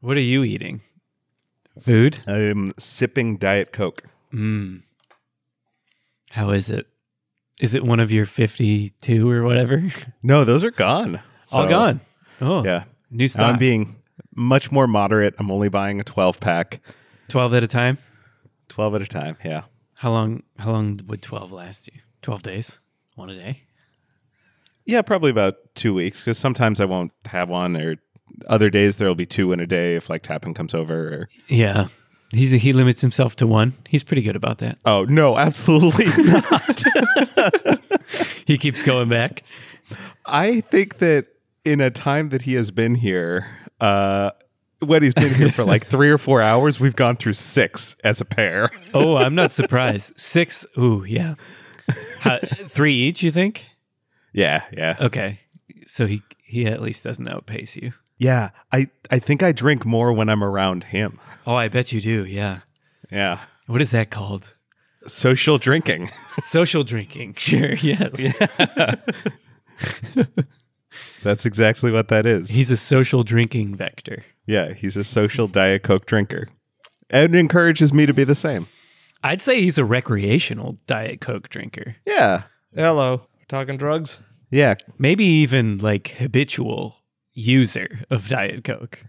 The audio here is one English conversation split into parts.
What are you eating? Food? I'm Um, sipping Diet Coke. Mm. How is it? Is it one of your 52 or whatever? No, those are gone. All So, gone. Oh, Yeah. New Now stock. I'm being much more moderate. I'm only buying a 12 pack, 12 at a time. 12 at a time. Yeah. How long how long would 12 last you? 12 days? One a day? Yeah, probably about two weeks because sometimes I won't have one, or other days there'll be two in a day if like Tappan comes over. Or, Yeah. He's he limits himself to one. He's pretty good about that. oh, no, absolutely not. He keeps going back. I think that in a time that he has been here, uh, when he's been here for like three or four hours, we've gone through six as a pair. Oh, I'm not surprised. Six. Ooh, yeah. How, three each, you think? Yeah, yeah. Okay. So he he at least doesn't outpace you. Yeah, I, I think I drink more when I'm around him. Oh, I bet you do. Yeah. Yeah. What is that called? Social drinking. Social drinking. Sure. Yes. That's exactly what that is. He's a social drinking vector. yeah, he's a social Diet Coke drinker and encourages me to be the same. I'd say he's a recreational Diet Coke drinker. Yeah. Hello. Talking drugs? Yeah. Maybe even like habitual user of Diet Coke.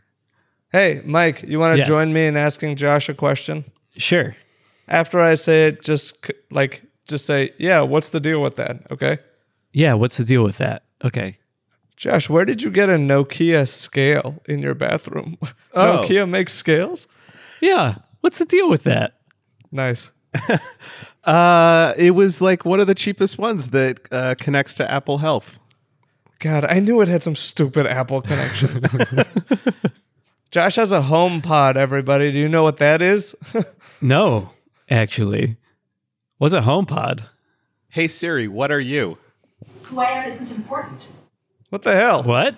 Hey, Mike, you want to Yes. join me in asking Josh a question? Sure. After I say it, just c- like, just say, yeah, what's the deal with that? Okay. Yeah. What's the deal with that? Okay. Josh, where did you get a Nokia scale in your bathroom? Oh. Nokia makes scales? Yeah. What's the deal with that? Nice. Uh, it was like one of the cheapest ones that uh, connects to Apple Health. God, I knew it had some stupid Apple connection. Josh has a home pod, everybody. Do you know what that is? No, actually. Was it HomePod? Hey Siri, what are you? Who I am isn't important. what the hell? What?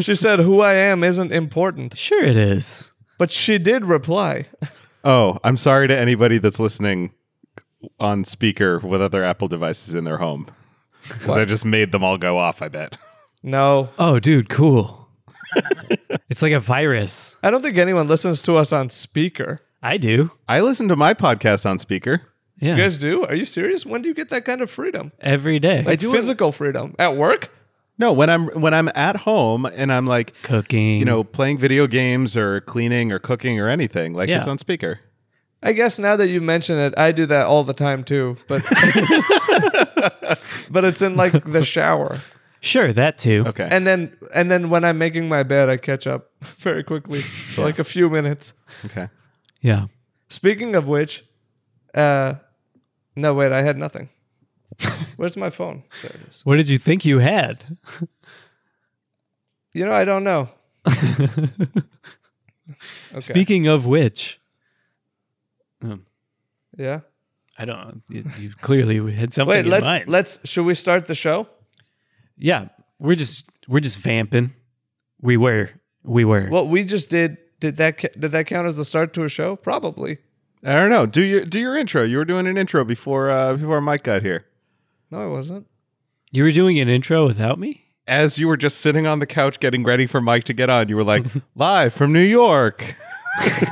She said, Who I am isn't important. sure it is. But she did reply. Oh, I'm sorry to anybody that's listening on speaker with other Apple devices in their home. Because I just made them all go off, I bet. No, Oh, dude, cool. it's like a virus. I don't think anyone listens to us on speaker. I do. I listen to my podcast on speaker. Yeah. You guys do? Are you serious? When do you get that kind of freedom? Every day. Like physical freedom at work? No, when I'm when I'm at home and I'm like cooking. you know, playing video games or cleaning or cooking or anything, like Yeah. it's on speaker. I guess now that you mention it, I do that all the time too. But but it's in like the shower, Sure, that too. Okay. and then and then when I'm making my bed, I catch up very quickly, for like a few minutes. okay. Yeah. Speaking of which, uh, no wait, I had nothing. Where's my phone? There it is. What did you think you had? You know, I don't know. Okay. Speaking of which, um, yeah. I don't. You, you clearly had something Wait, in let's mind. let's. Should we start the show? yeah, we're just we're just vamping. We were we were. What we just did did that ca- did that count as the start to a show? Probably. I don't know. Do your do your intro. You were doing an intro before uh before Mike got here. No, it wasn't. you were doing an intro without me. As you were just sitting on the couch getting ready for Mike to get on, you were like, live from New York. I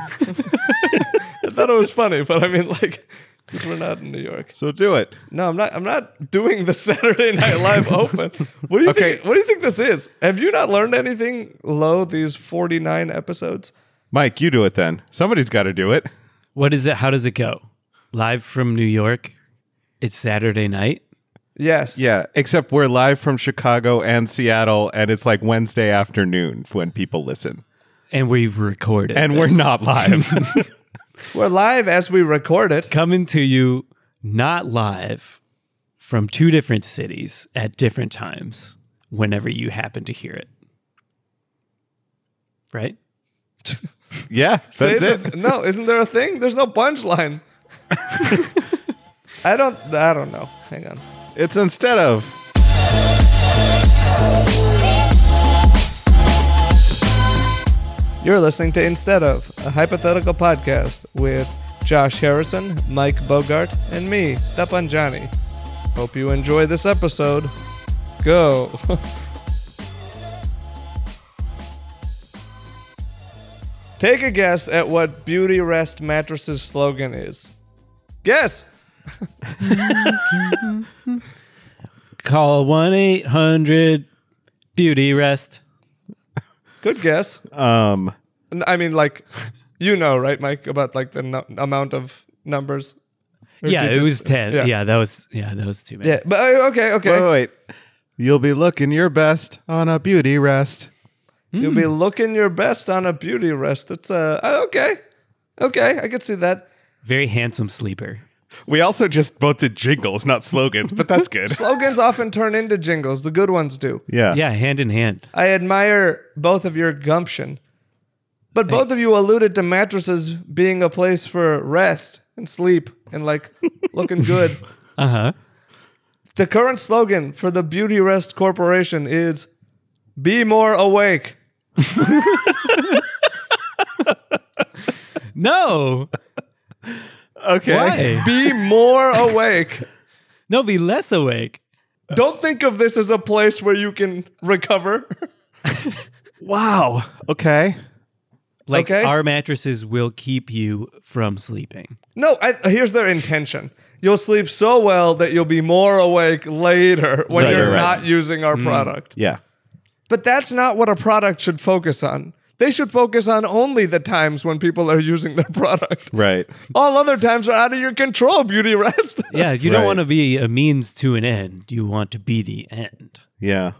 thought it was funny, but I mean, like, 'cause we're not in New York. So do it. No, I'm not. I'm not doing the Saturday Night Live Open. What do you Okay. think? What do you think this is? Have you not learned anything low these 49 episodes? Mike, you do it then. Somebody's got to do it. What is it? How does it go? Live from New York. It's Saturday night. Yes. Yeah, except we're live from Chicago and Seattle, and it's like Wednesday afternoon when people listen. And we've recorded. And this. we're not live. We're live as we record it. coming to you not live from two different cities at different times whenever you happen to hear it. Right? yeah, Say that's it. the- No, isn't there a thing? There's no punchline. I don't. I don't know. Hang on. It's instead of. You're listening to Instead of, a hypothetical podcast with Josh Harrison, Mike Bogart, and me, Tapanjani. Hope you enjoy this episode. Go. Take a guess at what Beauty Rest Mattress's slogan is. Guess. Call 1 800 Beauty Rest. Good guess. Um, N- I mean, like, you know, right, Mike, about like the nu- amount of numbers. or Yeah, it digits. was 10. Yeah. Yeah. that was, yeah, that was too many. Yeah, but uh, okay, okay. wait, wait, wait. You'll be looking your best on a beauty rest. You'll be looking your best on a beauty rest. It's uh, uh, okay, okay. I could see that. Very handsome sleeper. We also just both did jingles, not slogans, but that's good. Slogans often turn into jingles. The good ones do. yeah. Yeah, hand in hand. I admire both of your gumption, but both of Thanks. you alluded to mattresses being a place for rest and sleep and like looking good. Uh huh. The current slogan for the Beauty Rest Corporation is "Be more awake." No, Okay. why? Be more awake. no, be less awake. Don't think of this as a place where you can recover. Wow. Okay. Like Okay. our mattresses will keep you from sleeping. No, I, here's their intention. You'll sleep so well that you'll be more awake later when Right, Mm. you're right, right. not using our product. Yeah. But that's not what a product should focus on. They should focus on only the times when people are using their product. Right. All other times are out of your control, Beauty Rest. Yeah, you Right. don't want to be a means to an end. You want to be the end. Yeah.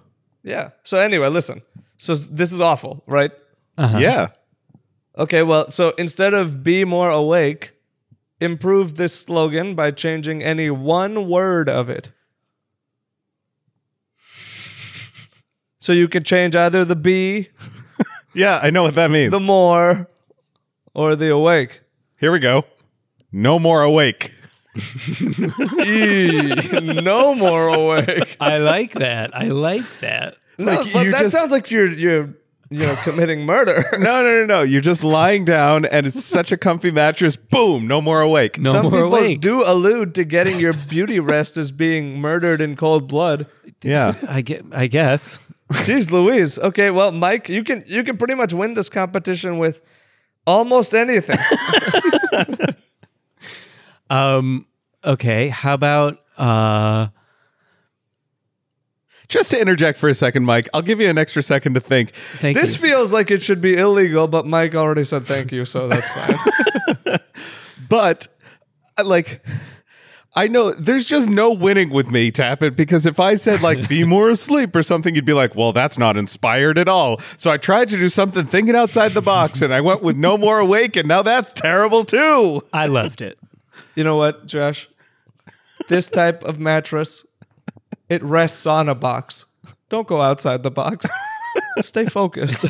yeah. So, anyway, listen. So, this is awful, right? Uh-huh. Yeah. Okay, well, so instead of be more awake, improve this slogan by changing any one word of it. So you could change either the be, Yeah. I know what that means. the more, or the awake. Here we go. No more awake. Eee, no more awake. I like that. I like that. No, Like, but you that just- sounds like you're you're you know committing murder. No, no, no, no. You're just lying down and it's such a comfy mattress. Boom. No more awake. No Some more people awake. do allude to getting your beauty rest as being murdered in cold blood. Yeah. I get. I guess. Jeez Louise. Okay, well, Mike, you can you can pretty much win this competition with almost anything. Um. Okay. How about uh? Just to interject for a second, Mike, I'll give you an extra second to think. Thank this you. feels like it should be illegal, but Mike already said thank you, so that's fine. But, uh, like, I know there's just no winning with me, Tappet, because if I said, like, be more asleep or something, you'd be like, well, that's not inspired at all. So I tried to do something thinking outside the box and I went with no more awake, and now that's terrible too. I loved it. you know what, Josh? This type of mattress, it rests on a box. Don't go outside the box. Stay focused.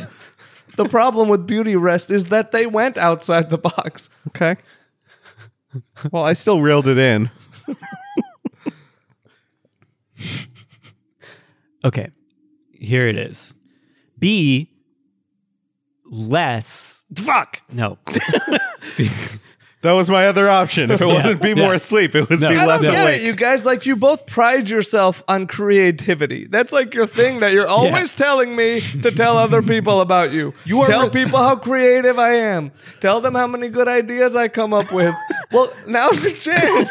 The problem with beauty rest is that they went outside the box. Okay. Well, I still reeled it in. Okay. Here it is. Be less. Fuck. No. That was my other option. If it Yeah. wasn't be Yeah. more asleep, it was No. be I I less don't get awake. it, you guys. Like you both pride yourself on creativity. That's like your thing that you're always telling me to tell other people about you. You are tell re- people how creative I am. Tell them how many good ideas I come up with. well, now's your chance.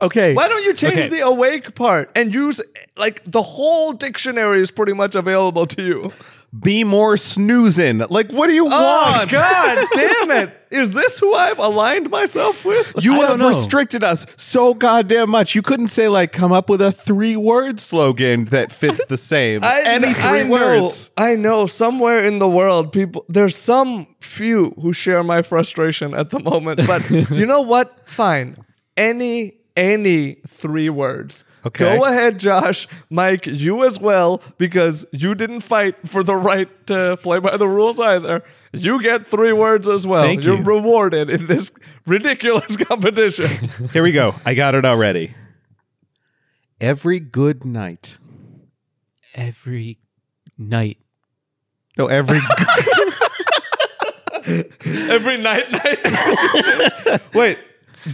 Okay. Why don't you change Okay. the awake part and use like the whole dictionary is pretty much available to you? Be more snoozing. Like, what do you Oh want? God, damn it! Is this who I've aligned myself with? You I have don't know. restricted us so goddamn much. You couldn't say like come up with a three word slogan that fits the same. Any E three words. Know, I know somewhere in the world, people there's some few who share my frustration at the moment. But you know what? Fine. Any any three words. Okay. Go ahead, Josh, Mike, you as well, because you didn't fight for the right to play by the rules either. You get three words as well. Thank You're you. rewarded in this ridiculous competition. Here we go. I got it already. Every good night. Every night. No, Oh, every good every night, night. Wait,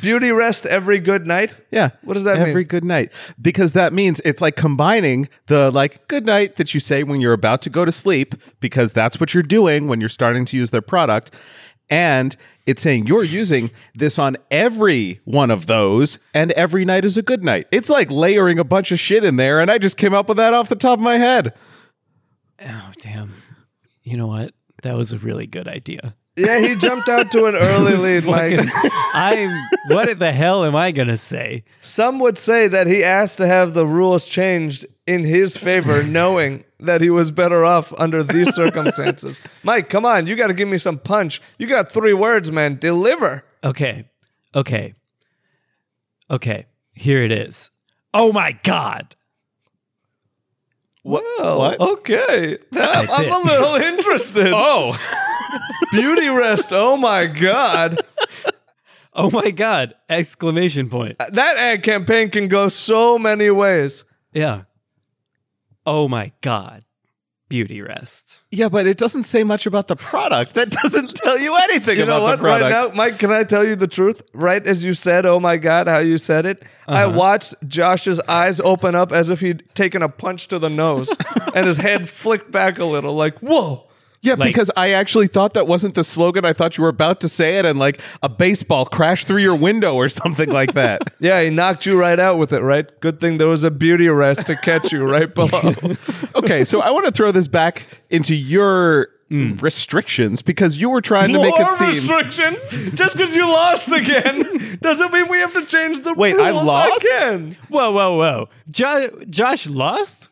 beauty rest every good night. Yeah. What does that every mean? good night. Because that means it's like combining the like good night that you say when you're about to go to sleep, because that's what you're doing when you're starting to use their product, And it's saying you're using this on every one of those, and every night is a good night. It's like layering a bunch of shit in there, and I just came up with that off the top of my head. Oh, damn. You know what? That was a really good idea. Yeah, he jumped out to an early lead, Mike. Fucking- I'm. What the hell am I gonna say? Some would say that he asked to have the rules changed in his favor, knowing that he was better off under these circumstances. Mike, come on, you got to give me some punch. You got three words, man. Deliver. Okay, okay, okay. Here it is. Oh my god! What? Okay. That- That's I'm it. a little interested. Oh, Beauty rest. Oh my God. Oh my god! Exclamation point. That ad campaign can go so many ways. Yeah. Oh my god. Beauty rest. yeah, but it doesn't say much about the product. That doesn't tell you anything You about know what? the Right product. now, Mike, can I tell you the truth? Right as you said, oh my God, how you said it, I watched Josh's eyes open up as if he'd taken a punch to the nose and his head flicked back a little, like, whoa. Yeah, Like- because I actually thought that wasn't the slogan. I thought you were about to say it, and like a baseball crashed through your window or something like that. Yeah, he knocked you right out with it, right? Good thing there was a beauty rest to catch you right below. okay, so I want to throw this back into your restrictions because you were trying to make it Mm. More seem. restriction. Just because you lost again doesn't mean we have to change the Wait, rules. I lost? can. Whoa, whoa, whoa! Jo- Josh lost.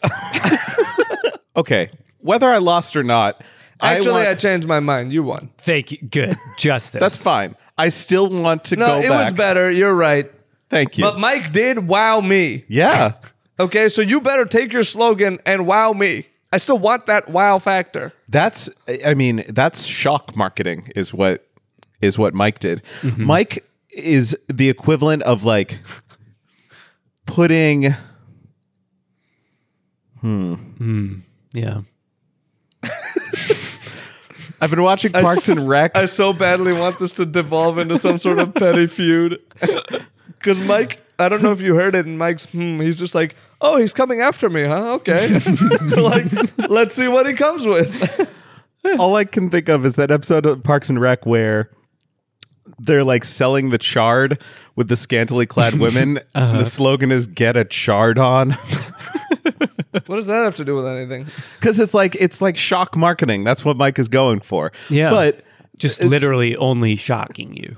okay, whether I lost or not, Actually, I, I want- changed my mind. You won. Thank you. Good justice. that's fine. I still want to No, go it back. was better. You're right. Thank you. But Mike did wow me. yeah. Okay, so you better take your slogan and wow me. I still want that wow factor. That's I mean, that's shock marketing is what is what Mike did. Mike is the equivalent of like putting yeah. I've been watching Parks and Rec. I so badly want this to devolve into some sort of petty feud. Because Mike, I don't know if you heard it, and Mike's, hmm, he's just like, oh, he's coming after me, huh? Okay. like, let's see what he comes with. all I can think of is that episode of Parks and Rec where they're like selling the chard with the scantily clad women. and the slogan is "Get a chard on," What does that have to do with anything? because it's like it's like shock marketing. That's what Mike is going for. Yeah. but Just literally only shocking you.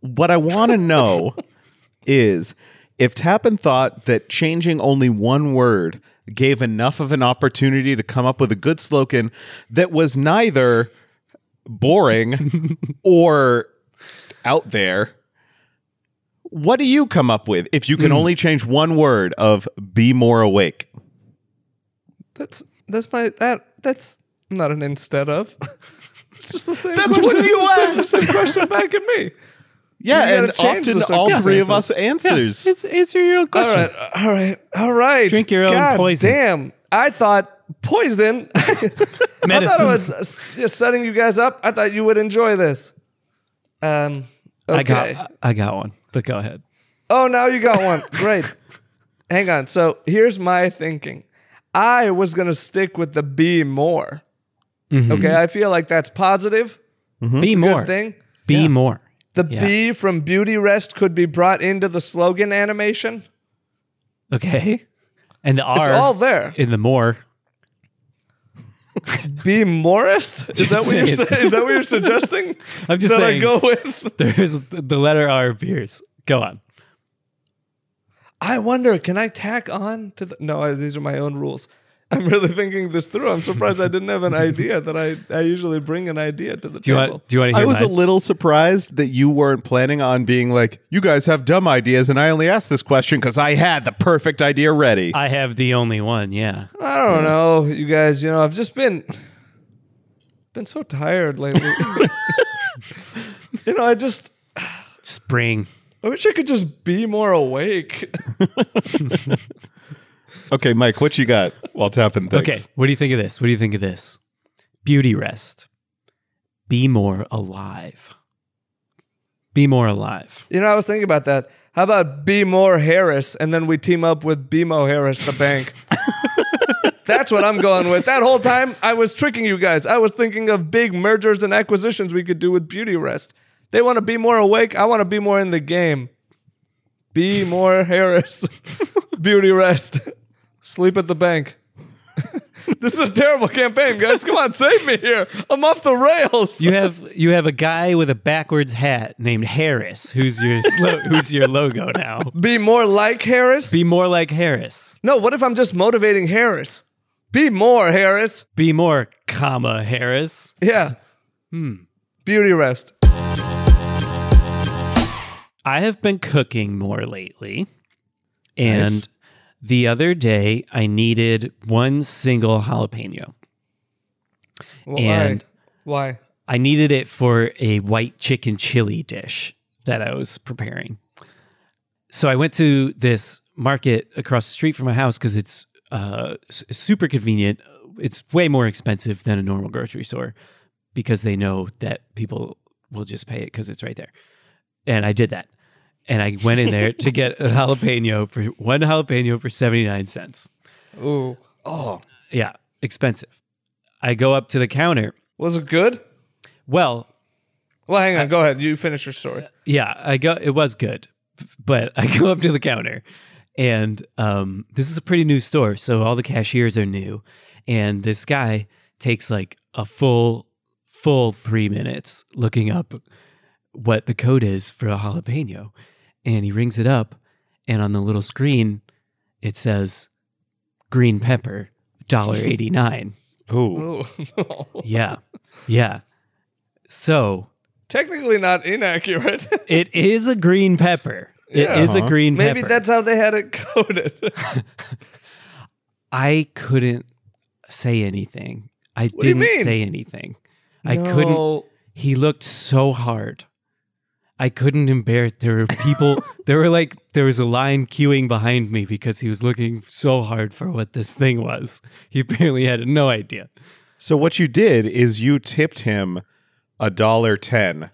what I want to know is if Tappan thought that changing only one word gave enough of an opportunity to come up with a good slogan that was neither boring or out there. What do you come up with if you Hmm. can only change one word of be more awake? That's, that's my, that, that's not an instead of. It's just the same That's question. what you It's the same question back at me. You Yeah, gotta and change the often all three of us circumstances. answers. answer your own All right, uh, all right, all right. Drink your own God poison. Damn, I thought poison. I thought I was uh, just setting you guys up. I thought you would enjoy this. Um, okay. I got I got one, but go ahead. Oh, now you got one. Great. Hang on. So here's my thinking. I was gonna stick with the be more. Okay, I feel like that's positive. Mm-hmm. Be Good Hmm. more. thing. Be more. The Yeah. B from Beauty Rest could be brought into the slogan animation. Okay. And the R It's all there. in the more. Be Morris? Is that what you're saying. saying? Is that what you're suggesting? I'm just that saying I go with. there's the letter R appears. Go on. I wonder, can I tack on to the No, I, these are my own rules. I'm really thinking this through. I'm surprised I didn't have an idea that I, I usually bring an idea to the Do you table. want do you want to I hear was a mine? little surprised that you weren't planning on being like, you guys have dumb ideas, and I only asked this question because I had the perfect idea ready. I have the only one, yeah. I don't know, you guys, you know, I've just been been so tired lately. you know, I just Spring. I wish I could just be more awake. okay, Mike, what you got while tapping things? Okay. What do you think of this? What do you think of this? Beauty rest. Be more alive. Be more alive. You know, I was thinking about that. How about B More Harris, and then we team up with BMO Harris, the bank. That's what I'm going with. That whole time, I was tricking you guys. I was thinking of big mergers and acquisitions we could do with Beauty Rest. They want to be more awake. I want to be more in the game. Be more Harris. Beauty Rest. Sleep at the bank. this is a terrible campaign, guys. Come on, save me here. I'm off the rails. You have you have a guy with a backwards hat named Harris, who's your slo- who's your logo now. be more like Harris. Be more like Harris. no, what if I'm just motivating Harris? Be more Harris. Be more, comma Harris. Yeah. Hmm. Beauty Rest. I have been cooking more lately. And the other day I needed one single jalapeno. Why? And- why? I needed it for a white chicken chili dish that I was preparing. So I went to this market across the street from my house because it's uh, s- super convenient. It's way more expensive than a normal grocery store because they know that people will just pay it because it's right there. And I did that. And I went in there to get a jalapeno for one jalapeno for 79 cents. Ooh. Oh. Yeah, expensive. I go up to the counter. Was it good? Well, Well, hang on. go ahead. You finish your story. yeah i go it was good but i go up to the counter and um this is a pretty new store so all the cashiers are new and this guy takes like a full full three minutes looking up what the code is for a jalapeno and he rings it up and on the little screen it says green pepper $1.89 Ooh. Ooh. yeah yeah so Technically not inaccurate. It is a green pepper. It is Yeah. a green pepper. Maybe that's how they had it coded. what I couldn't say anything. I do you didn't mean? say anything. I couldn't. He looked so hard. I couldn't embarrass. There were people. there were like there was a line queuing behind me because he was looking so hard for what this thing was. He apparently had no idea. So what you did is you tipped him a dollar ten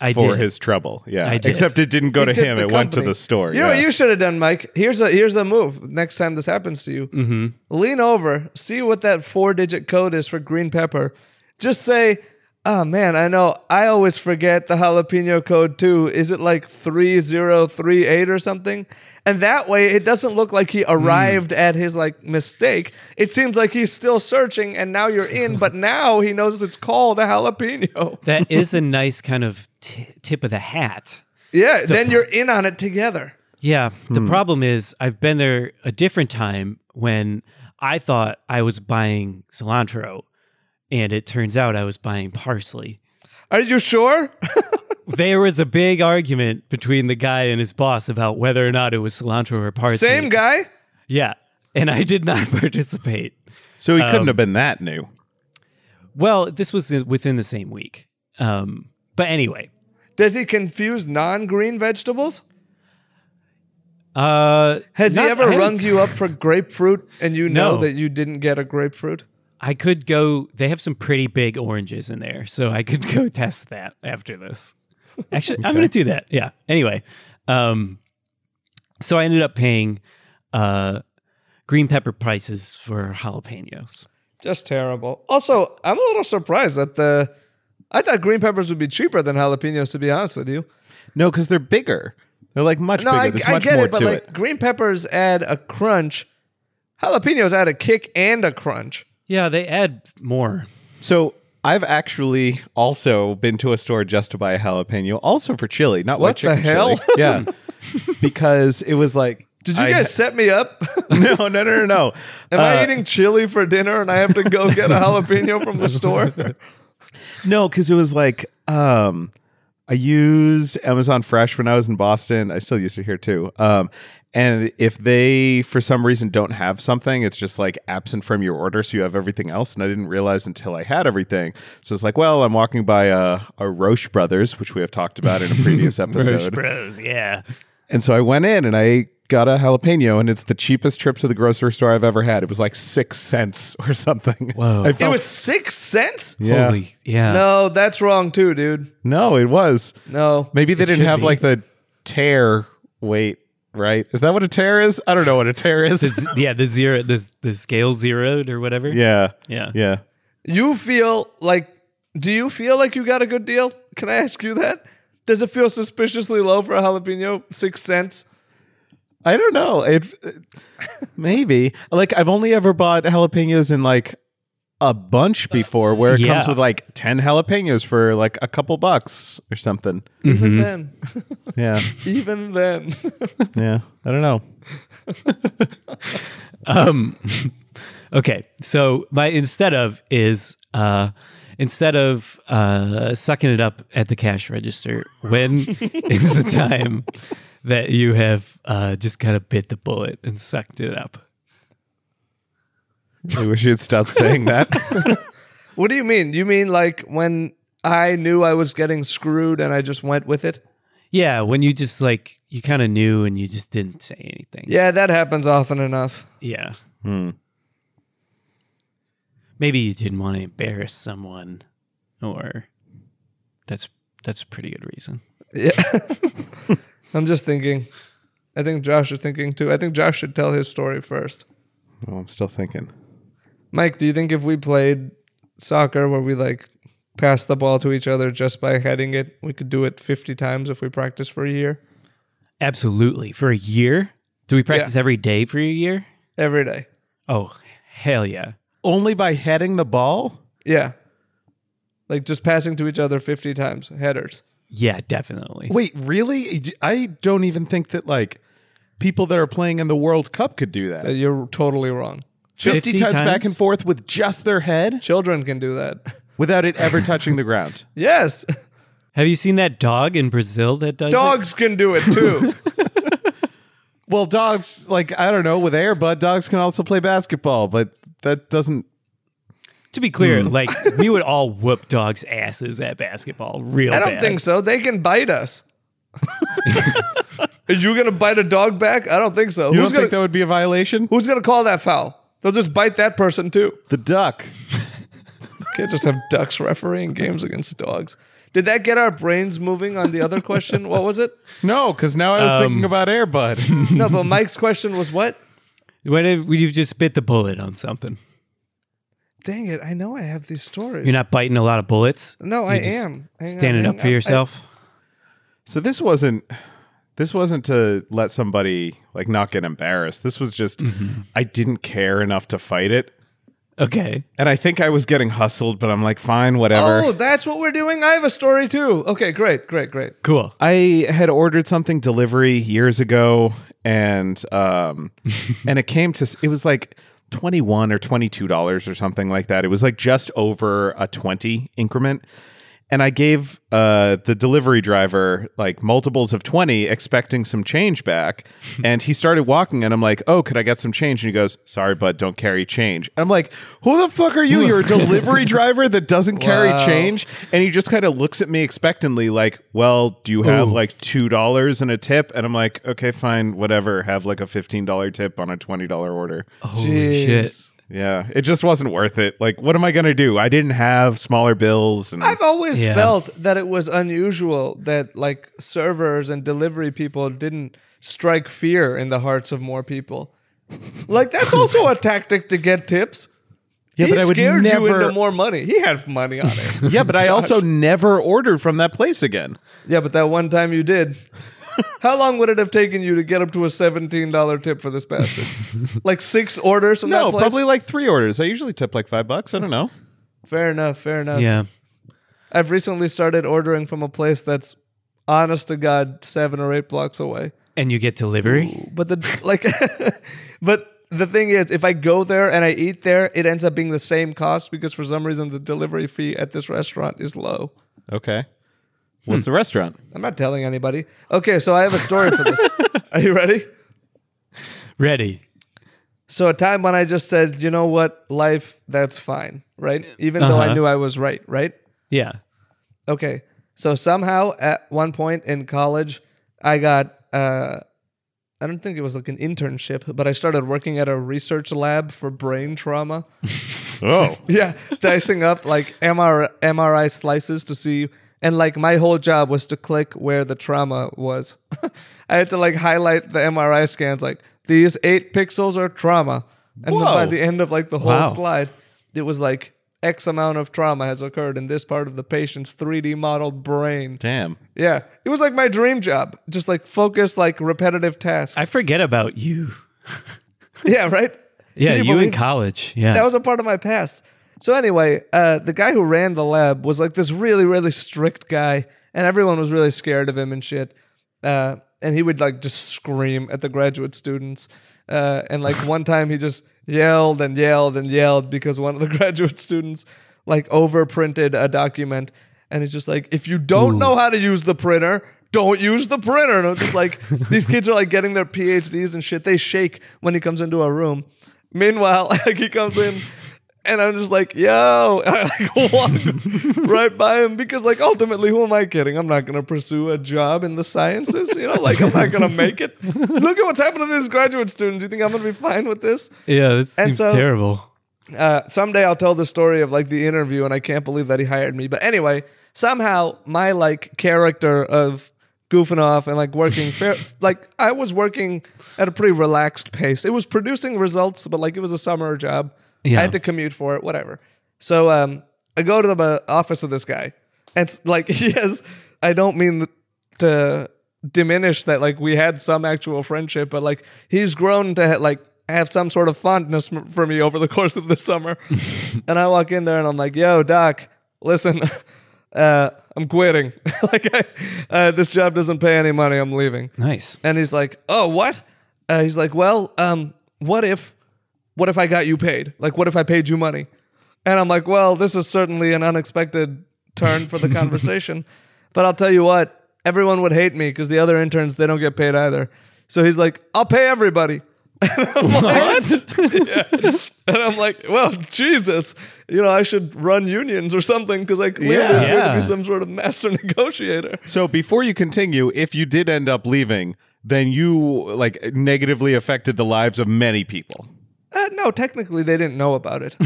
I for did. his trouble. Yeah. I did. Except it didn't go You to tipped him, the it went to company. the store. You know what yeah. you should have done, Mike? Here's a here's a move. Next time this happens to you, hmm Mm-hmm. lean over, see what that four digit code is for green pepper. Just say, oh man, I know I always forget the jalapeno code too. Is it like 3038 or something? And that way it doesn't look like Mm. he arrived at his like mistake. It seems like he's still searching and now you're in, but now he knows it's called a jalapeno. That is a nice kind of t- tip of the hat. Yeah, then you're in on it together. Yeah. The problem is, I've been there a different time when I thought I was buying cilantro, and it turns out I was buying parsley. Are you sure? There was a big argument between the guy and his boss about whether or not it was cilantro or parsley. Same guy? Yeah. And I did not participate. so he couldn't Um, have been that new. Well, this was within the same week. Um, but anyway, Does he confuse non green vegetables? uh, Has not- he I ever haven't rung you up for grapefruit and you know No. that you didn't get a grapefruit? I could go. They have some pretty big oranges in there, so I could go test that after this. Actually, I'm going to do that. Yeah. Anyway, um, so I ended up paying uh, green pepper prices for jalapenos. Just terrible. Also, I'm a little surprised that the. I thought green peppers would be cheaper than jalapenos, to be honest with you. No, because they're bigger. They're like much No, bigger. I, There's I much get more it, but to like it. green peppers add a crunch. Jalapenos add a kick and a crunch. Yeah, they add more. So I've actually also been to a store just to buy a jalapeno, also for chili, not white What chicken the chili. hell? Yeah, because it was like, Did you I- guys set me up? No, no, no, no, no. Am Uh, I eating chili for dinner and I have to go get a jalapeno from the store? No, because it was like um, I used Amazon Fresh when I was in Boston. I still use it here too. Um, and if they, for some reason, don't have something, it's just like absent from your order, so you have everything else. And I didn't realize until I had everything. So it's like, well, I'm walking by a, a Roche Brothers, which we have talked about in a previous episode. Bros, yeah. And so I went in and I got a jalapeno, and it's the cheapest trip to the grocery store I've ever had. It was like six cents or something. Whoa. I It felt- was six cents? yeah. Holy, yeah. No, that's wrong too, dude. No, it was. No. Maybe they It didn't should have be. like the tear weight right? Is that what a tear is? I don't know what a tear The is. z- yeah, the zero, the the scale zeroed or whatever. yeah. yeah, Yeah. You feel like do you feel like you got a good deal? Can I ask you that? Does it feel suspiciously low for a jalapeno? Six cents? I don't know. It maybe like I've only ever bought jalapenos in like a bunch before, where it Yeah. comes with like ten jalapenos for like a couple bucks or something. Even then. Yeah, Even then. yeah. I don't know. Um, okay, so my instead of is uh, instead of uh, sucking it up at the cash register, when is the time that you have uh, just kind of bit the bullet and sucked it up? I wish you'd stop saying that. what do you mean? You mean like when I knew I was getting screwed and I just went with it? Yeah, when you just like you kind of knew and you just didn't say anything. Yeah, that happens often enough. yeah. Maybe you didn't want to embarrass someone, or that's that's a pretty good reason. Yeah. I'm just thinking. I think Josh is thinking too. I think Josh should tell his story first. oh, I'm still thinking. Mike, do you think if we played soccer where we like pass the ball to each other just by heading it, we could do it 50 times if we practice for a year? Absolutely. For a year? Do we practice every day for a year? Every day. Oh, hell yeah. Only by heading the ball. Yeah. Like just passing to each other 50 times, headers. Yeah, definitely. Wait, really? I don't even think that like people that are playing in the World Cup could do Uh, that. You're totally wrong. 50 50, times, back times? and forth with just their head Children can do that. without it ever touching the ground. yes. Have you seen that dog in Brazil that does it? Dogs can do it too. Well, dogs, like, I don't know, with Airbud, dogs can also play basketball, but that doesn't. To be Hmm. clear, like we would all whoop dogs' asses at basketball real I don't think so. They can bite us. Are you going to bite a dog back? I don't think so. You who's don't going think that to would be a violation? Who's going to call that foul? They'll just bite that person too. The duck. Can't just have ducks refereeing games against dogs. Did that get our brains moving on the other question? What was it? No, because now I was Um, thinking about Airbud. No, but Mike's question was what? What if you've just bit the bullet on something? Dang it! I know I have these stories. You're not biting a lot of bullets? No, You're I just am. Hang on, Standing hang up for on. yourself? so this wasn't. This wasn't to let somebody like not get embarrassed. This was just Mm-hmm. I didn't care enough to fight it, okay. and I think I was getting hustled. But I'm like, fine, whatever. I- oh, that's what we're doing. I have a story too. Okay, great, great, great. Cool. I had ordered something delivery years ago, and um, and it came to it was like twenty one or twenty two dollars or something like that. It was like just over a twenty increment, and I gave uh, the delivery driver like multiples of twenty, expecting some change back. and he started walking, and I'm like, "Oh, could I get some change?" And he goes, "Sorry, bud, don't carry change." And I'm like, "Who the fuck are you? You're a delivery driver that doesn't carry Wow. change." change, and he just kind of looks at me expectantly like well do you have like two dollars and a tip and i'm like okay fine whatever have like a $15 tip on a $20 order Holy Jeez. shit. yeah it just wasn't worth it like what am i gonna do i didn't have smaller bills and I've always Yeah. felt that it was unusual that like servers and delivery people didn't strike fear in the hearts of more people. Like that's also a tactic to get tips. Yeah, he but I would scared you never- into more money. He had money on it. yeah but i also never ordered from that place again yeah, but that one time you did. How long would it have taken you to get up to a seventeen dollar tip for this bastard? like six orders from no that place. probably like three orders i usually tip like five bucks i don't know Fair enough. Fair enough. Yeah. I've recently started ordering from a place that's honest to god seven or eight blocks away. And you get delivery? But the like, but the thing is, if I go there and I eat there, it ends up being the same cost because for some reason the delivery fee at this restaurant is low. okay what's the restaurant I'm not telling anybody. Okay, so I have a story for this. Are you ready? Ready. So a time when I just said, you know what, life, that's fine, right? Even though I Uh-huh. knew I was right, right? Yeah. Okay. So somehow at one point in college, I got uh I don't think it was like an internship, but I started working at a research lab for brain trauma. oh Yeah, dicing up like MR, MRI slices to see And like my whole job was to click where the trauma was. I had to like highlight the MRI scans, like these eight pixels are trauma. And then by Whoa. the end of like the whole Wow. slide, it was like X amount of trauma has occurred in this part of the patient's 3D modeled brain. Damn. Yeah, it was like my dream job, just like focused, like repetitive tasks. I forget about you. yeah, right. Yeah, Can you, in believe- college. Yeah. that was a part of my past. So anyway, uh, the guy who ran the lab was like this really, really strict guy, and everyone was really scared of him and shit. Uh, and he would like just scream at the graduate students. Uh, and like one time, he just yelled and yelled and yelled because one of the graduate students like overprinted a document, and it's just like, if you don't know how to use the printer, don't use the printer. And I'm just like, these kids are like getting their PhDs and shit. They shake when he comes into a room. Meanwhile, like he comes in and I'm just like, yo, I like walk right by him because like ultimately who am I kidding? I'm not gonna pursue a job in the sciences, you know, like I'm not gonna make it. Look at what's happened to these graduate students. You think I'm gonna be fine with this? yeah, this And seems so- terrible. uh, someday I'll tell the story of like the interview, and I can't believe that he hired me. But anyway, somehow my like character of goofing off and like working fair, like I was working at a pretty relaxed pace. It was producing results, but like it was a summer job. Yeah. I had to commute for it, whatever. So um, I go to the uh, office of this guy, and it's like he has. I don't mean to diminish that like we had some actual friendship, but like he's grown to ha- like have some sort of fondness m- for me over the course of the summer. and I walk in there and I'm like, "Yo, doc, listen, uh, I'm quitting. like, I, uh, this job doesn't pay any money. I'm leaving." Nice. And he's like, "Oh, what?" Uh, he's like, "Well, um, what if, what if I got you paid? Like, what if I paid you money?" And I'm like, "Well, this is certainly an unexpected turn for the conversation, but I'll tell you what, everyone would hate me because the other interns they don't get paid either." So he's like, "I'll pay everybody." And I'm like, Yeah. And I'm like, well, Jesus, you know, I should run unions or something because I clearly Yeah. appear to Yeah. be some sort of master negotiator. So before you continue, if you did end up leaving, then you like negatively affected the lives of many people. Uh, no, technically they didn't know about it,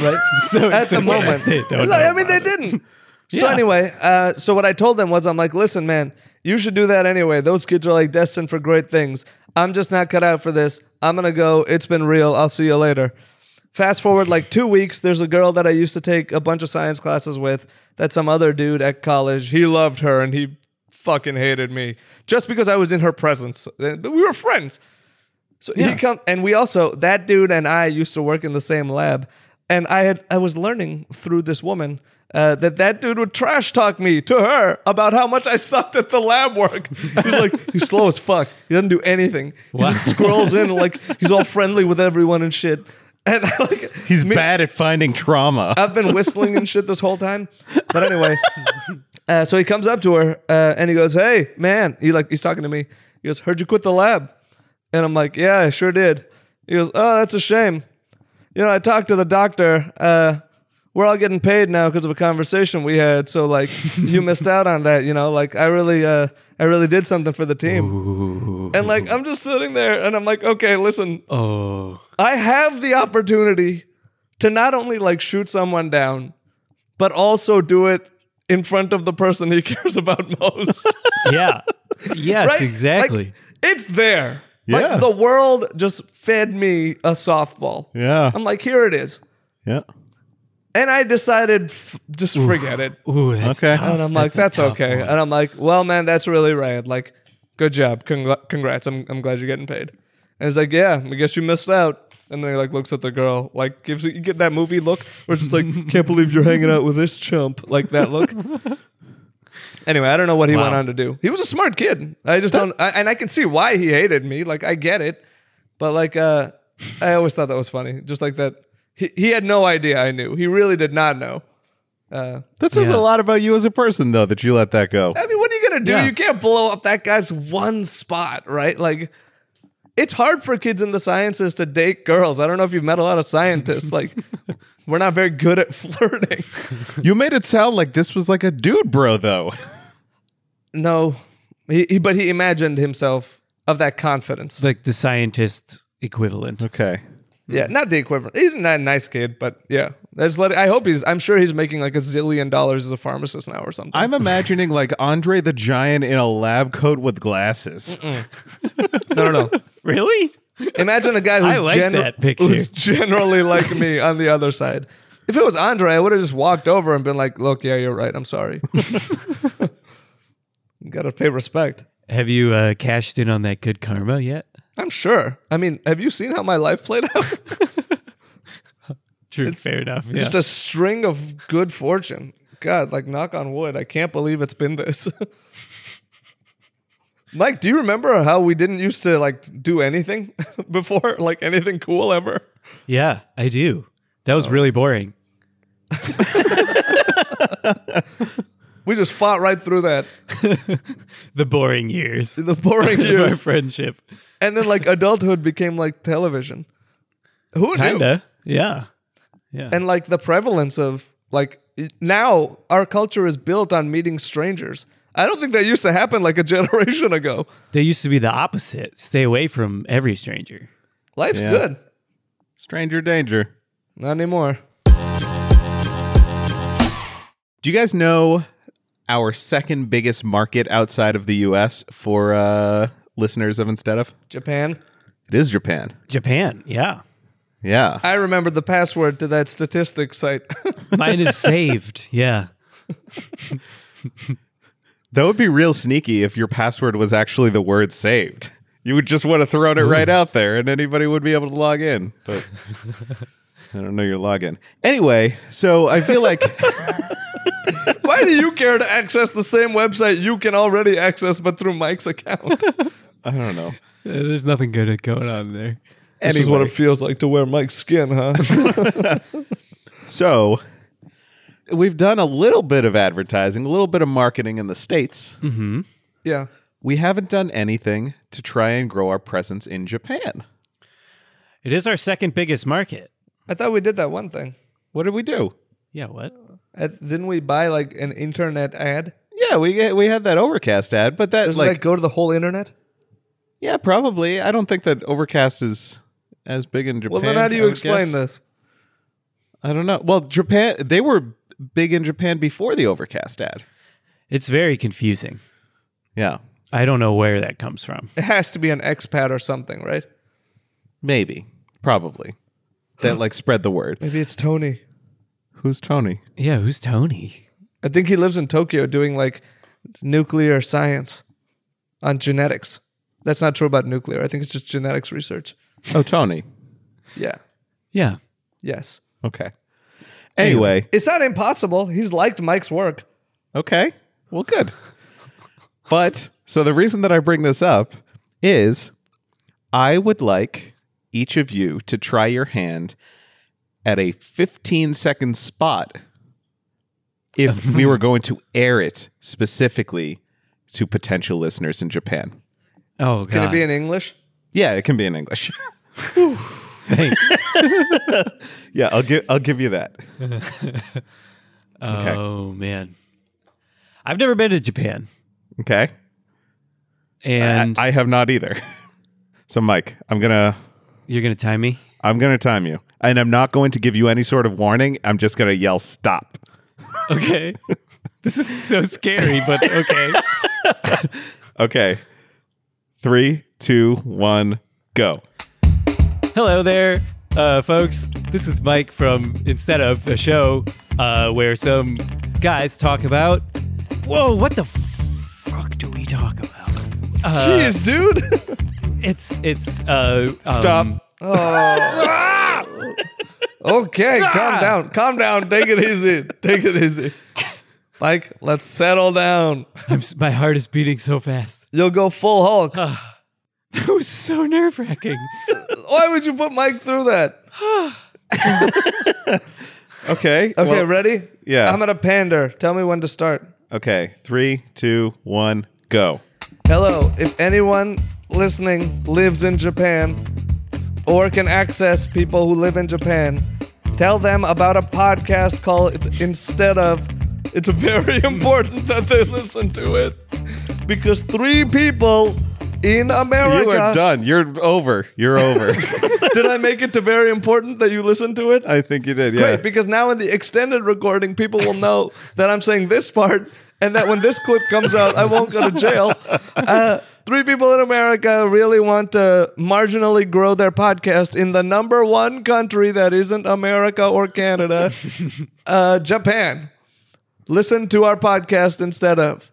right? So At it's the okay. moment, They don't Like, know I mean, they about it. didn't. So Yeah. anyway, uh, so what I told them was, I'm like, listen, man, you should do that anyway. Those kids are like destined for great things. I'm just not cut out for this. I'm gonna go. It's been real. I'll see you later. Fast forward like two weeks. There's a girl that I used to take a bunch of science classes with. That some other dude at college. He loved her and he fucking hated me just because I was in her presence. Uh, We were friends. So he come and we also that dude and I used to work in the same lab, and I had I was learning through this woman uh, that that dude would trash talk me to her about how much I sucked at the lab work. He's like he's slow as fuck. He doesn't do anything. He just scrolls in like he's all friendly with everyone and shit. And like He's me- Uh, bad at finding trauma. I've been whistling and shit this whole time. But anyway, uh, so he comes up to her uh, and he goes, "Hey, man," he like he's talking to me. He goes, "Heard you quit the lab," and I'm like, "Yeah, I sure did." He goes, "Oh, that's a shame." You know, I talked to the doctor. Uh, we're all getting paid now because of a conversation we had. So like, you missed out on that. You know, like I really, uh, I really did something for the team. And like, I'm just sitting there and I'm like, okay, listen, Oh. I have the opportunity to not only like shoot someone down, but also do it in front of the person he cares about most. Yeah. yes, Right? exactly. Like, it's there. Yeah. Like the world just fed me a softball. yeah. I'm like, here it is. yeah. And I decided, f- just forget it. Ooh, that's Okay. tough. And I'm like, a that's, tough okay. one. And I'm like, well, man, that's really rad. Like, good job. Congla- Congrats. I'm, I'm glad you're getting paid. And he's like, yeah, I guess you missed out. And then he like looks at the girl, like gives you get that movie look, where it's just like, can't believe you're hanging out with this chump, like that look. anyway, I don't know what he went Wow. on to do. He was a smart kid. I just don't, I, and I can see why he hated me. Like I get it, but like, uh, I always thought that was funny. Just like that, he he had no idea. I knew he really did not know. Uh, That says Yeah. a lot about you as a person, though, that you let that go. I mean, what are you gonna do? Yeah. You can't blow up that guy's one spot, right? Like, it's hard for kids in the sciences to date girls. I don't know if you've met a lot of scientists. Like, we're not very good at flirting. You made it sound like this was like a dude bro, though. No, he, he but he imagined himself of that confidence. like the scientist equivalent. Okay. Yeah, not the equivalent. He's not a nice kid, but yeah. Let's let. I hope he's. I'm sure he's making like a zillion dollars as a pharmacist now or something. I'm imagining like Andre the Giant in a lab coat with glasses. no, no, no. Really? Imagine a guy who's, I like gen- that picture. who's generally like me on the other side. If it was Andre, I would have just walked over and been like, "Look, yeah, you're right. I'm sorry." Got to pay respect. Have you uh, cashed in on that good karma yet? I'm sure. I mean, have you seen how my life played out? True. fair enough. Yeah. Just a string of good fortune. God, like knock on wood. I can't believe it's been this. Mike, do you remember how we didn't used to like do anything before? Like anything cool ever? yeah, I do. That Oh. was really boring. We just fought right through that. The boring years The boring of our years. friendship. And then like adulthood became like television. Who knew? Kinda. Yeah. Yeah. And like the prevalence of like now our culture is built on meeting strangers. I don't think that used to happen like a generation ago. they used to be the opposite. Stay away from every stranger. Life's Yeah. good. Stranger danger. Not anymore. Do you guys know our second biggest market outside of the US for uh, listeners of Instead of? Japan. It is Japan. Japan. Yeah. Yeah. I remember the password to that statistic site. Mine is saved. Yeah. That would be real sneaky if your password was actually the word saved. You would just would have thrown it right out there and anybody would be able to log in. But I don't know your login. Anyway, so I feel like Why do you care to access the same website you can already access, but through Mike's account? I don't know. Uh, There's nothing good going on there. This is what it feels like to wear Mike's skin, huh? So we've done a little bit of advertising, a little bit of marketing in the States. Mm-hmm. yeah. We haven't done anything to try and grow our presence in Japan. It is our second biggest market. I thought we did that one thing. What did we do? Yeah. What? Uh, Didn't we buy like an internet ad? Yeah, we we had that Overcast ad, but that Doesn't like that go to the whole internet? yeah, probably. I don't think that Overcast is as big in Japan. Well, then how do I you would explain guess. this? I don't know. Well, Japan they were big in Japan before the Overcast ad. It's very confusing. Yeah. I don't know where that comes from. It has to be an expat or something, right? Maybe. Probably. That like spread the word. Maybe it's Tony. Who's Tony? Yeah. Who's Tony? I think he lives in Tokyo doing like nuclear science on genetics. That's not true about nuclear. I think it's just genetics research. Oh, Tony. Yeah. Yeah. Yes. Okay. Anyway, It's not impossible. He's liked Mike's work. Okay. Well, good. but so the reason that I bring this up is I would like each of you to try your hand at a 15 second spot if we were going to air it specifically to potential listeners in Japan. Oh God. Can it be in English? Yeah, it can be in English. Thanks. yeah, I'll give I'll give you that. Okay. Oh man. I've never been to Japan, Okay. and I, I have not either. so Mike, I'm going to you're gonna time me. I'm going to time you. And I'm not going to give you any sort of warning. I'm just going to yell stop. Okay. this is so scary, but okay. Okay. Three, two, one, go. Hello there, uh, folks. This is Mike from Instead of a Show, uh, where some guys talk about. Whoa, what the fuck do we talk about? Uh, Jeez, dude. It's it's uh, um, Stop. Oh. okay, calm down. Calm down. Take it easy. Take it easy. Mike, let's settle down. I'm, s- my heart is beating so fast. You'll go full Hulk. That was so nerve wracking. Why would you put Mike through that? Okay. Okay, well, ready? yeah. I'm gonna pander. Tell me when to start. okay. Three, two, one, go. Hello, if anyone listening lives in Japan or can access people who live in Japan, tell them about a podcast called Instead of. Hmm. It's very important that they listen to it because three people in America. You are done. You're over. You're over. Did I make it to very important that you listen to it? I think you did. Yeah. Great, because now in the extended recording, people will know that I'm saying this part, and that when this clip comes out, I won't go to jail. Uh, three people in America really want to marginally grow their podcast in the number one country that isn't America or Canada, uh, Japan. Listen to our podcast instead of.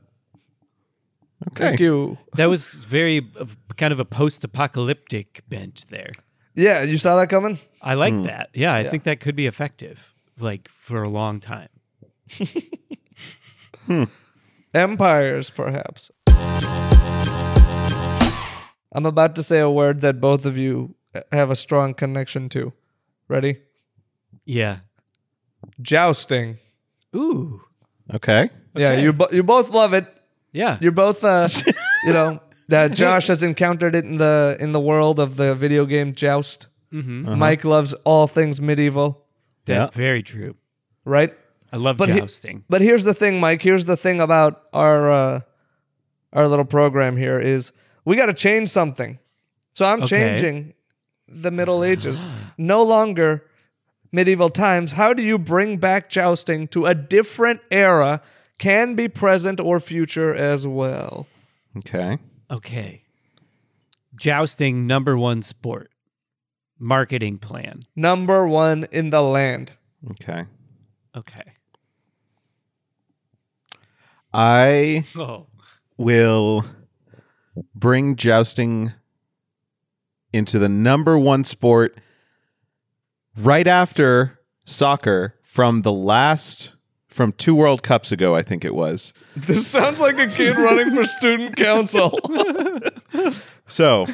okay. Thank you. That was very of- kind of a post-apocalyptic bent there. Yeah, you saw that coming? I like that. Yeah, I think that could be effective, like for a long time. Empires, perhaps. I'm about to say a word that both of you have a strong connection to. Ready? Yeah. Jousting. Ooh. Okay. Yeah, you bo- you both love it. Yeah. You're both, uh, you know, uh, Josh has encountered it in the in the world of the video game Joust. Mhm. Mike loves all things medieval, That- Very true. right? I love But he- jousting. But here's the thing, Mike. Here's the thing about our uh, our little program here is we got to change something. So I'm Okay. changing the Middle Ah. Ages. No longer medieval times. How do you bring back jousting to a different era? Can be present or future as well. Okay. okay. Jousting number one sport. Marketing plan. Number one in the land. Okay. Okay. I Oh. will bring jousting into the number one sport right after soccer from the last from two World Cups ago, I think it was. This sounds like a kid running for student council. So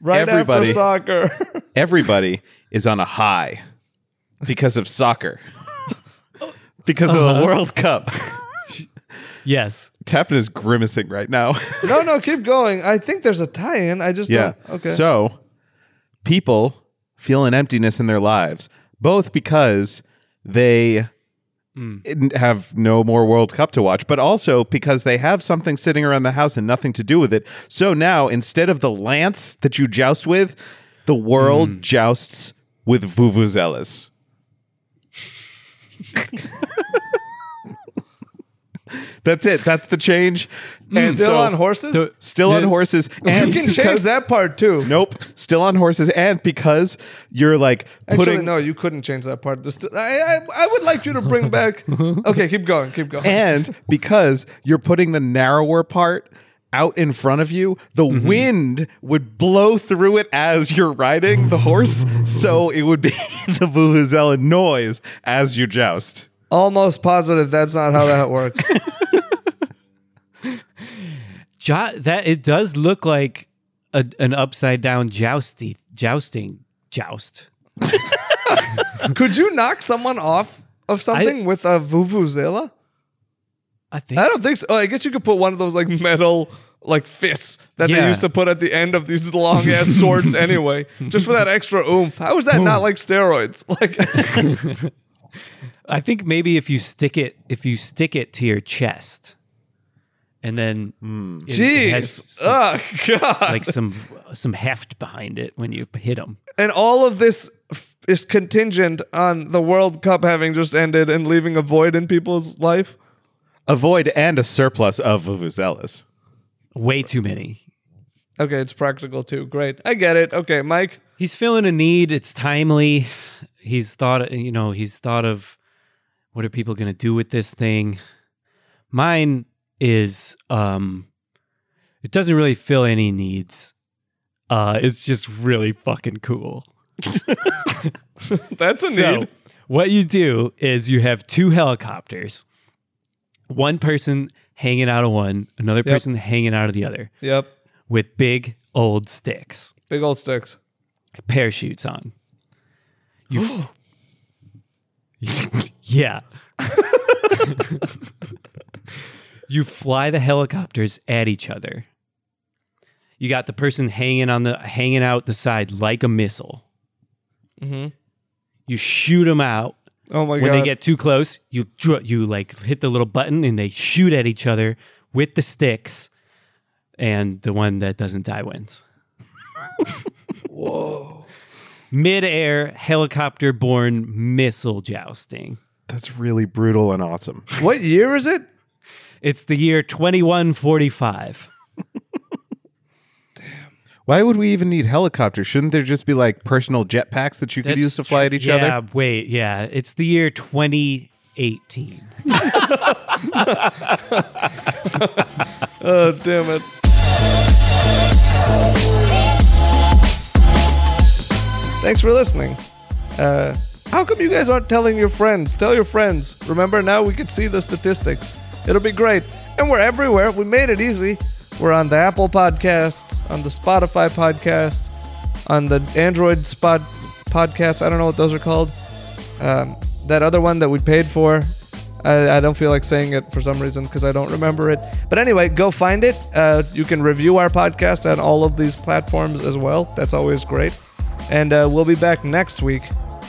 right Everybody. after soccer. everybody is on a high because of soccer. because of the World Cup. Yes. Tappan is grimacing right now. no, no, keep going. I think there's a tie-in. I just Yeah. don't. Okay. So people feel an emptiness in their lives, both because they n- have no more World Cup to watch, but also because they have something sitting around the house and nothing to do with it. So now, instead of the lance that you joust with, the world Mm. jousts with vuvuzelas. That's it. That's the change. And Still so- on horses? Still on Yeah. horses. And you can because- change that part too. Nope. Still on horses. And because you're like Actually, putting. no, you couldn't change that part. This, I, I, I would like you to bring back. Okay, keep going, keep going. And because you're putting the narrower part out in front of you, the wind would blow through it as you're riding the horse. so it would be the Vuvuzela noise as you joust. Almost positive that's not how that works. Jo- that it does look like a, an upside down jousty jousting joust. Could you knock someone off of something with a vuvuzela? I think I don't think so. Oh, I guess you could put one of those like metal like fists that they Yeah. used to put at the end of these long ass swords anyway, just for that extra oomph. How is that not like steroids? Like I think maybe if you stick it if you stick it to your chest and then it- it has Jeez. some- Oh, God. like some some heft behind it when you hit them. and all of this f- is contingent on the World Cup having just ended and leaving a void in people's life. Avoid and a surplus of Vuvuzelas. Way too many. Okay, it's practical too. Great. I get it. Okay, Mike. He's feeling a need. It's timely. He's thought, you know, he's thought of what are people going to do with this thing. Mine is, um, it doesn't really fill any needs. Uh, it's just really fucking cool. That's a So, need. what you do is you have two helicopters, one person hanging out of one, another person hanging out of the other, Yep. with big old sticks. Big old sticks. parachutes on. You Yeah. you fly the helicopters at each other. You got the person hanging on the hanging out the side like a missile. Mhm. You shoot them out. Oh my when god. they get too close, you dr- you like hit the little button and they shoot at each other with the sticks. and the one that doesn't die wins. Whoa. Midair helicopter borne missile jousting. That's really brutal and awesome. What year is it? It's the year 2145. Why would we even need helicopters? Shouldn't there just be like personal jetpacks that you could use to fly at each yeah, other? wait, yeah. It's the year 2018. Oh, damn it. Thanks for listening. Uh, how come you guys aren't telling your friends? Tell your friends. Remember, now we can see the statistics. It'll be great. And we're everywhere. We made it easy. We're on the Apple Podcasts, on the Spotify Podcasts, on the Android Spot Podcasts. I don't know what those are called. Um, that other one that we paid for. I, I don't feel like saying it for some reason because I don't remember it. But anyway, go find it. Uh, you can review our podcast on all of these platforms as well. That's always great. And uh, we'll be back next week.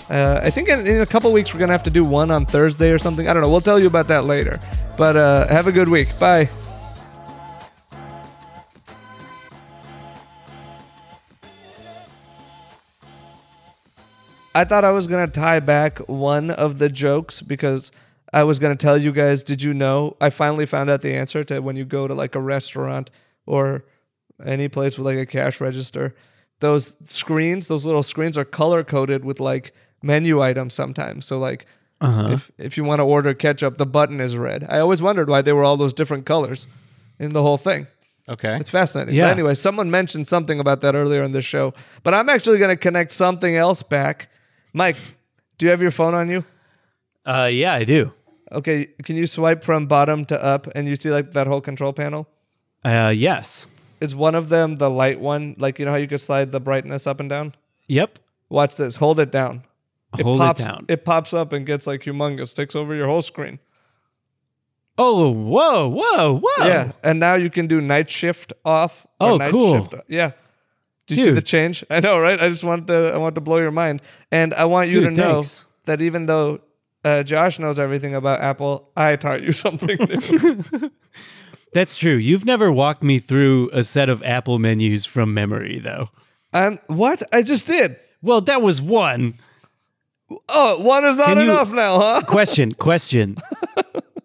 Uh, I think in, in a couple weeks we're going to have to do one on Thursday or something. I don't know. We'll tell you about that later. But uh, have a good week. Bye. I thought I was gonna tie back one of the jokes because I was gonna tell you guys, did you know? I finally found out the answer to when you go to like a restaurant or any place with like a cash register. Those screens, those little screens are color coded with like menu items sometimes. So like if if you want to order ketchup, the button is red. I always wondered why they were all those different colors in the whole thing. Okay. It's fascinating. Yeah. But anyway, someone mentioned something about that earlier in the show, but I'm actually going to connect something else back. Mike, do you have your phone on you? Uh, yeah, I do. Okay, can you swipe from bottom to up and you see like that whole control panel? Uh, yes. Is one of them the light one? Like, you know how you could slide the brightness up and down? Yep. Watch this. Hold it down. Hold pops, it down. It pops up and gets like humongous, takes over your whole screen. oh, whoa, whoa, whoa. Yeah, and now you can do night shift off. or Oh, night cool. Shift. Yeah. Do you see Dude. the change? I know, right? I just want to. I want to blow your mind, and I want you Dude, to know thanks. that even though uh, Josh knows everything about Apple, I taught you something new. That's true. You've never walked me through a set of Apple menus from memory, though. um, what I just did? Well, that was one Oh, one is not Can you- enough now, huh? question. Question.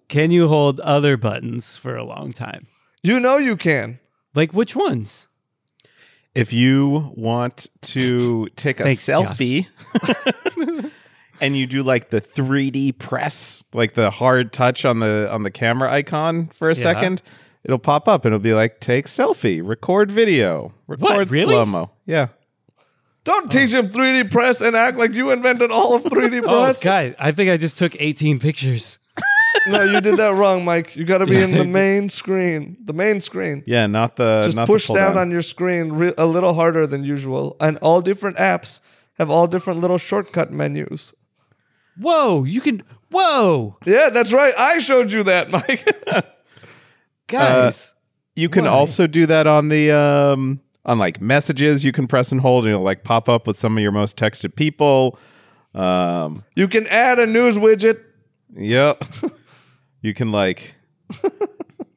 Can you hold other buttons for a long time? You know you can. Like which ones? If you want to take a Thanks, selfie and you do like the 3D press, like the hard touch on the on the camera icon for a Yeah. second, it'll pop up and it'll be like take selfie, record video, record really? slow-mo. Yeah. Don't teach him 3D press and act like you invented all of 3D Oh. Oh, press. guys, I think I just took 18 pictures. no, you did that wrong, Mike. You got to be Yeah, in I the did. main screen. The main screen. Yeah, not the just not the push pull down on your screen re- a little harder than usual and all different apps have all different little shortcut menus Whoa, you can. Whoa, yeah that's right i showed you that mike guys. Uh, You can Why? also do that on the um on like messages. You can press and hold, and it'll like pop up with some of your most texted people. Um, you can add a news widget yep. you can like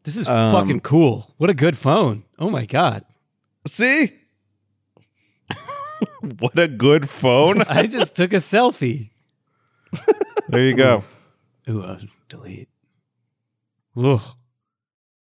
this is um, fucking cool. What a good phone. Oh my god. see what a good phone. I just took a selfie. there you go. Ooh, uh, delete. Ugh.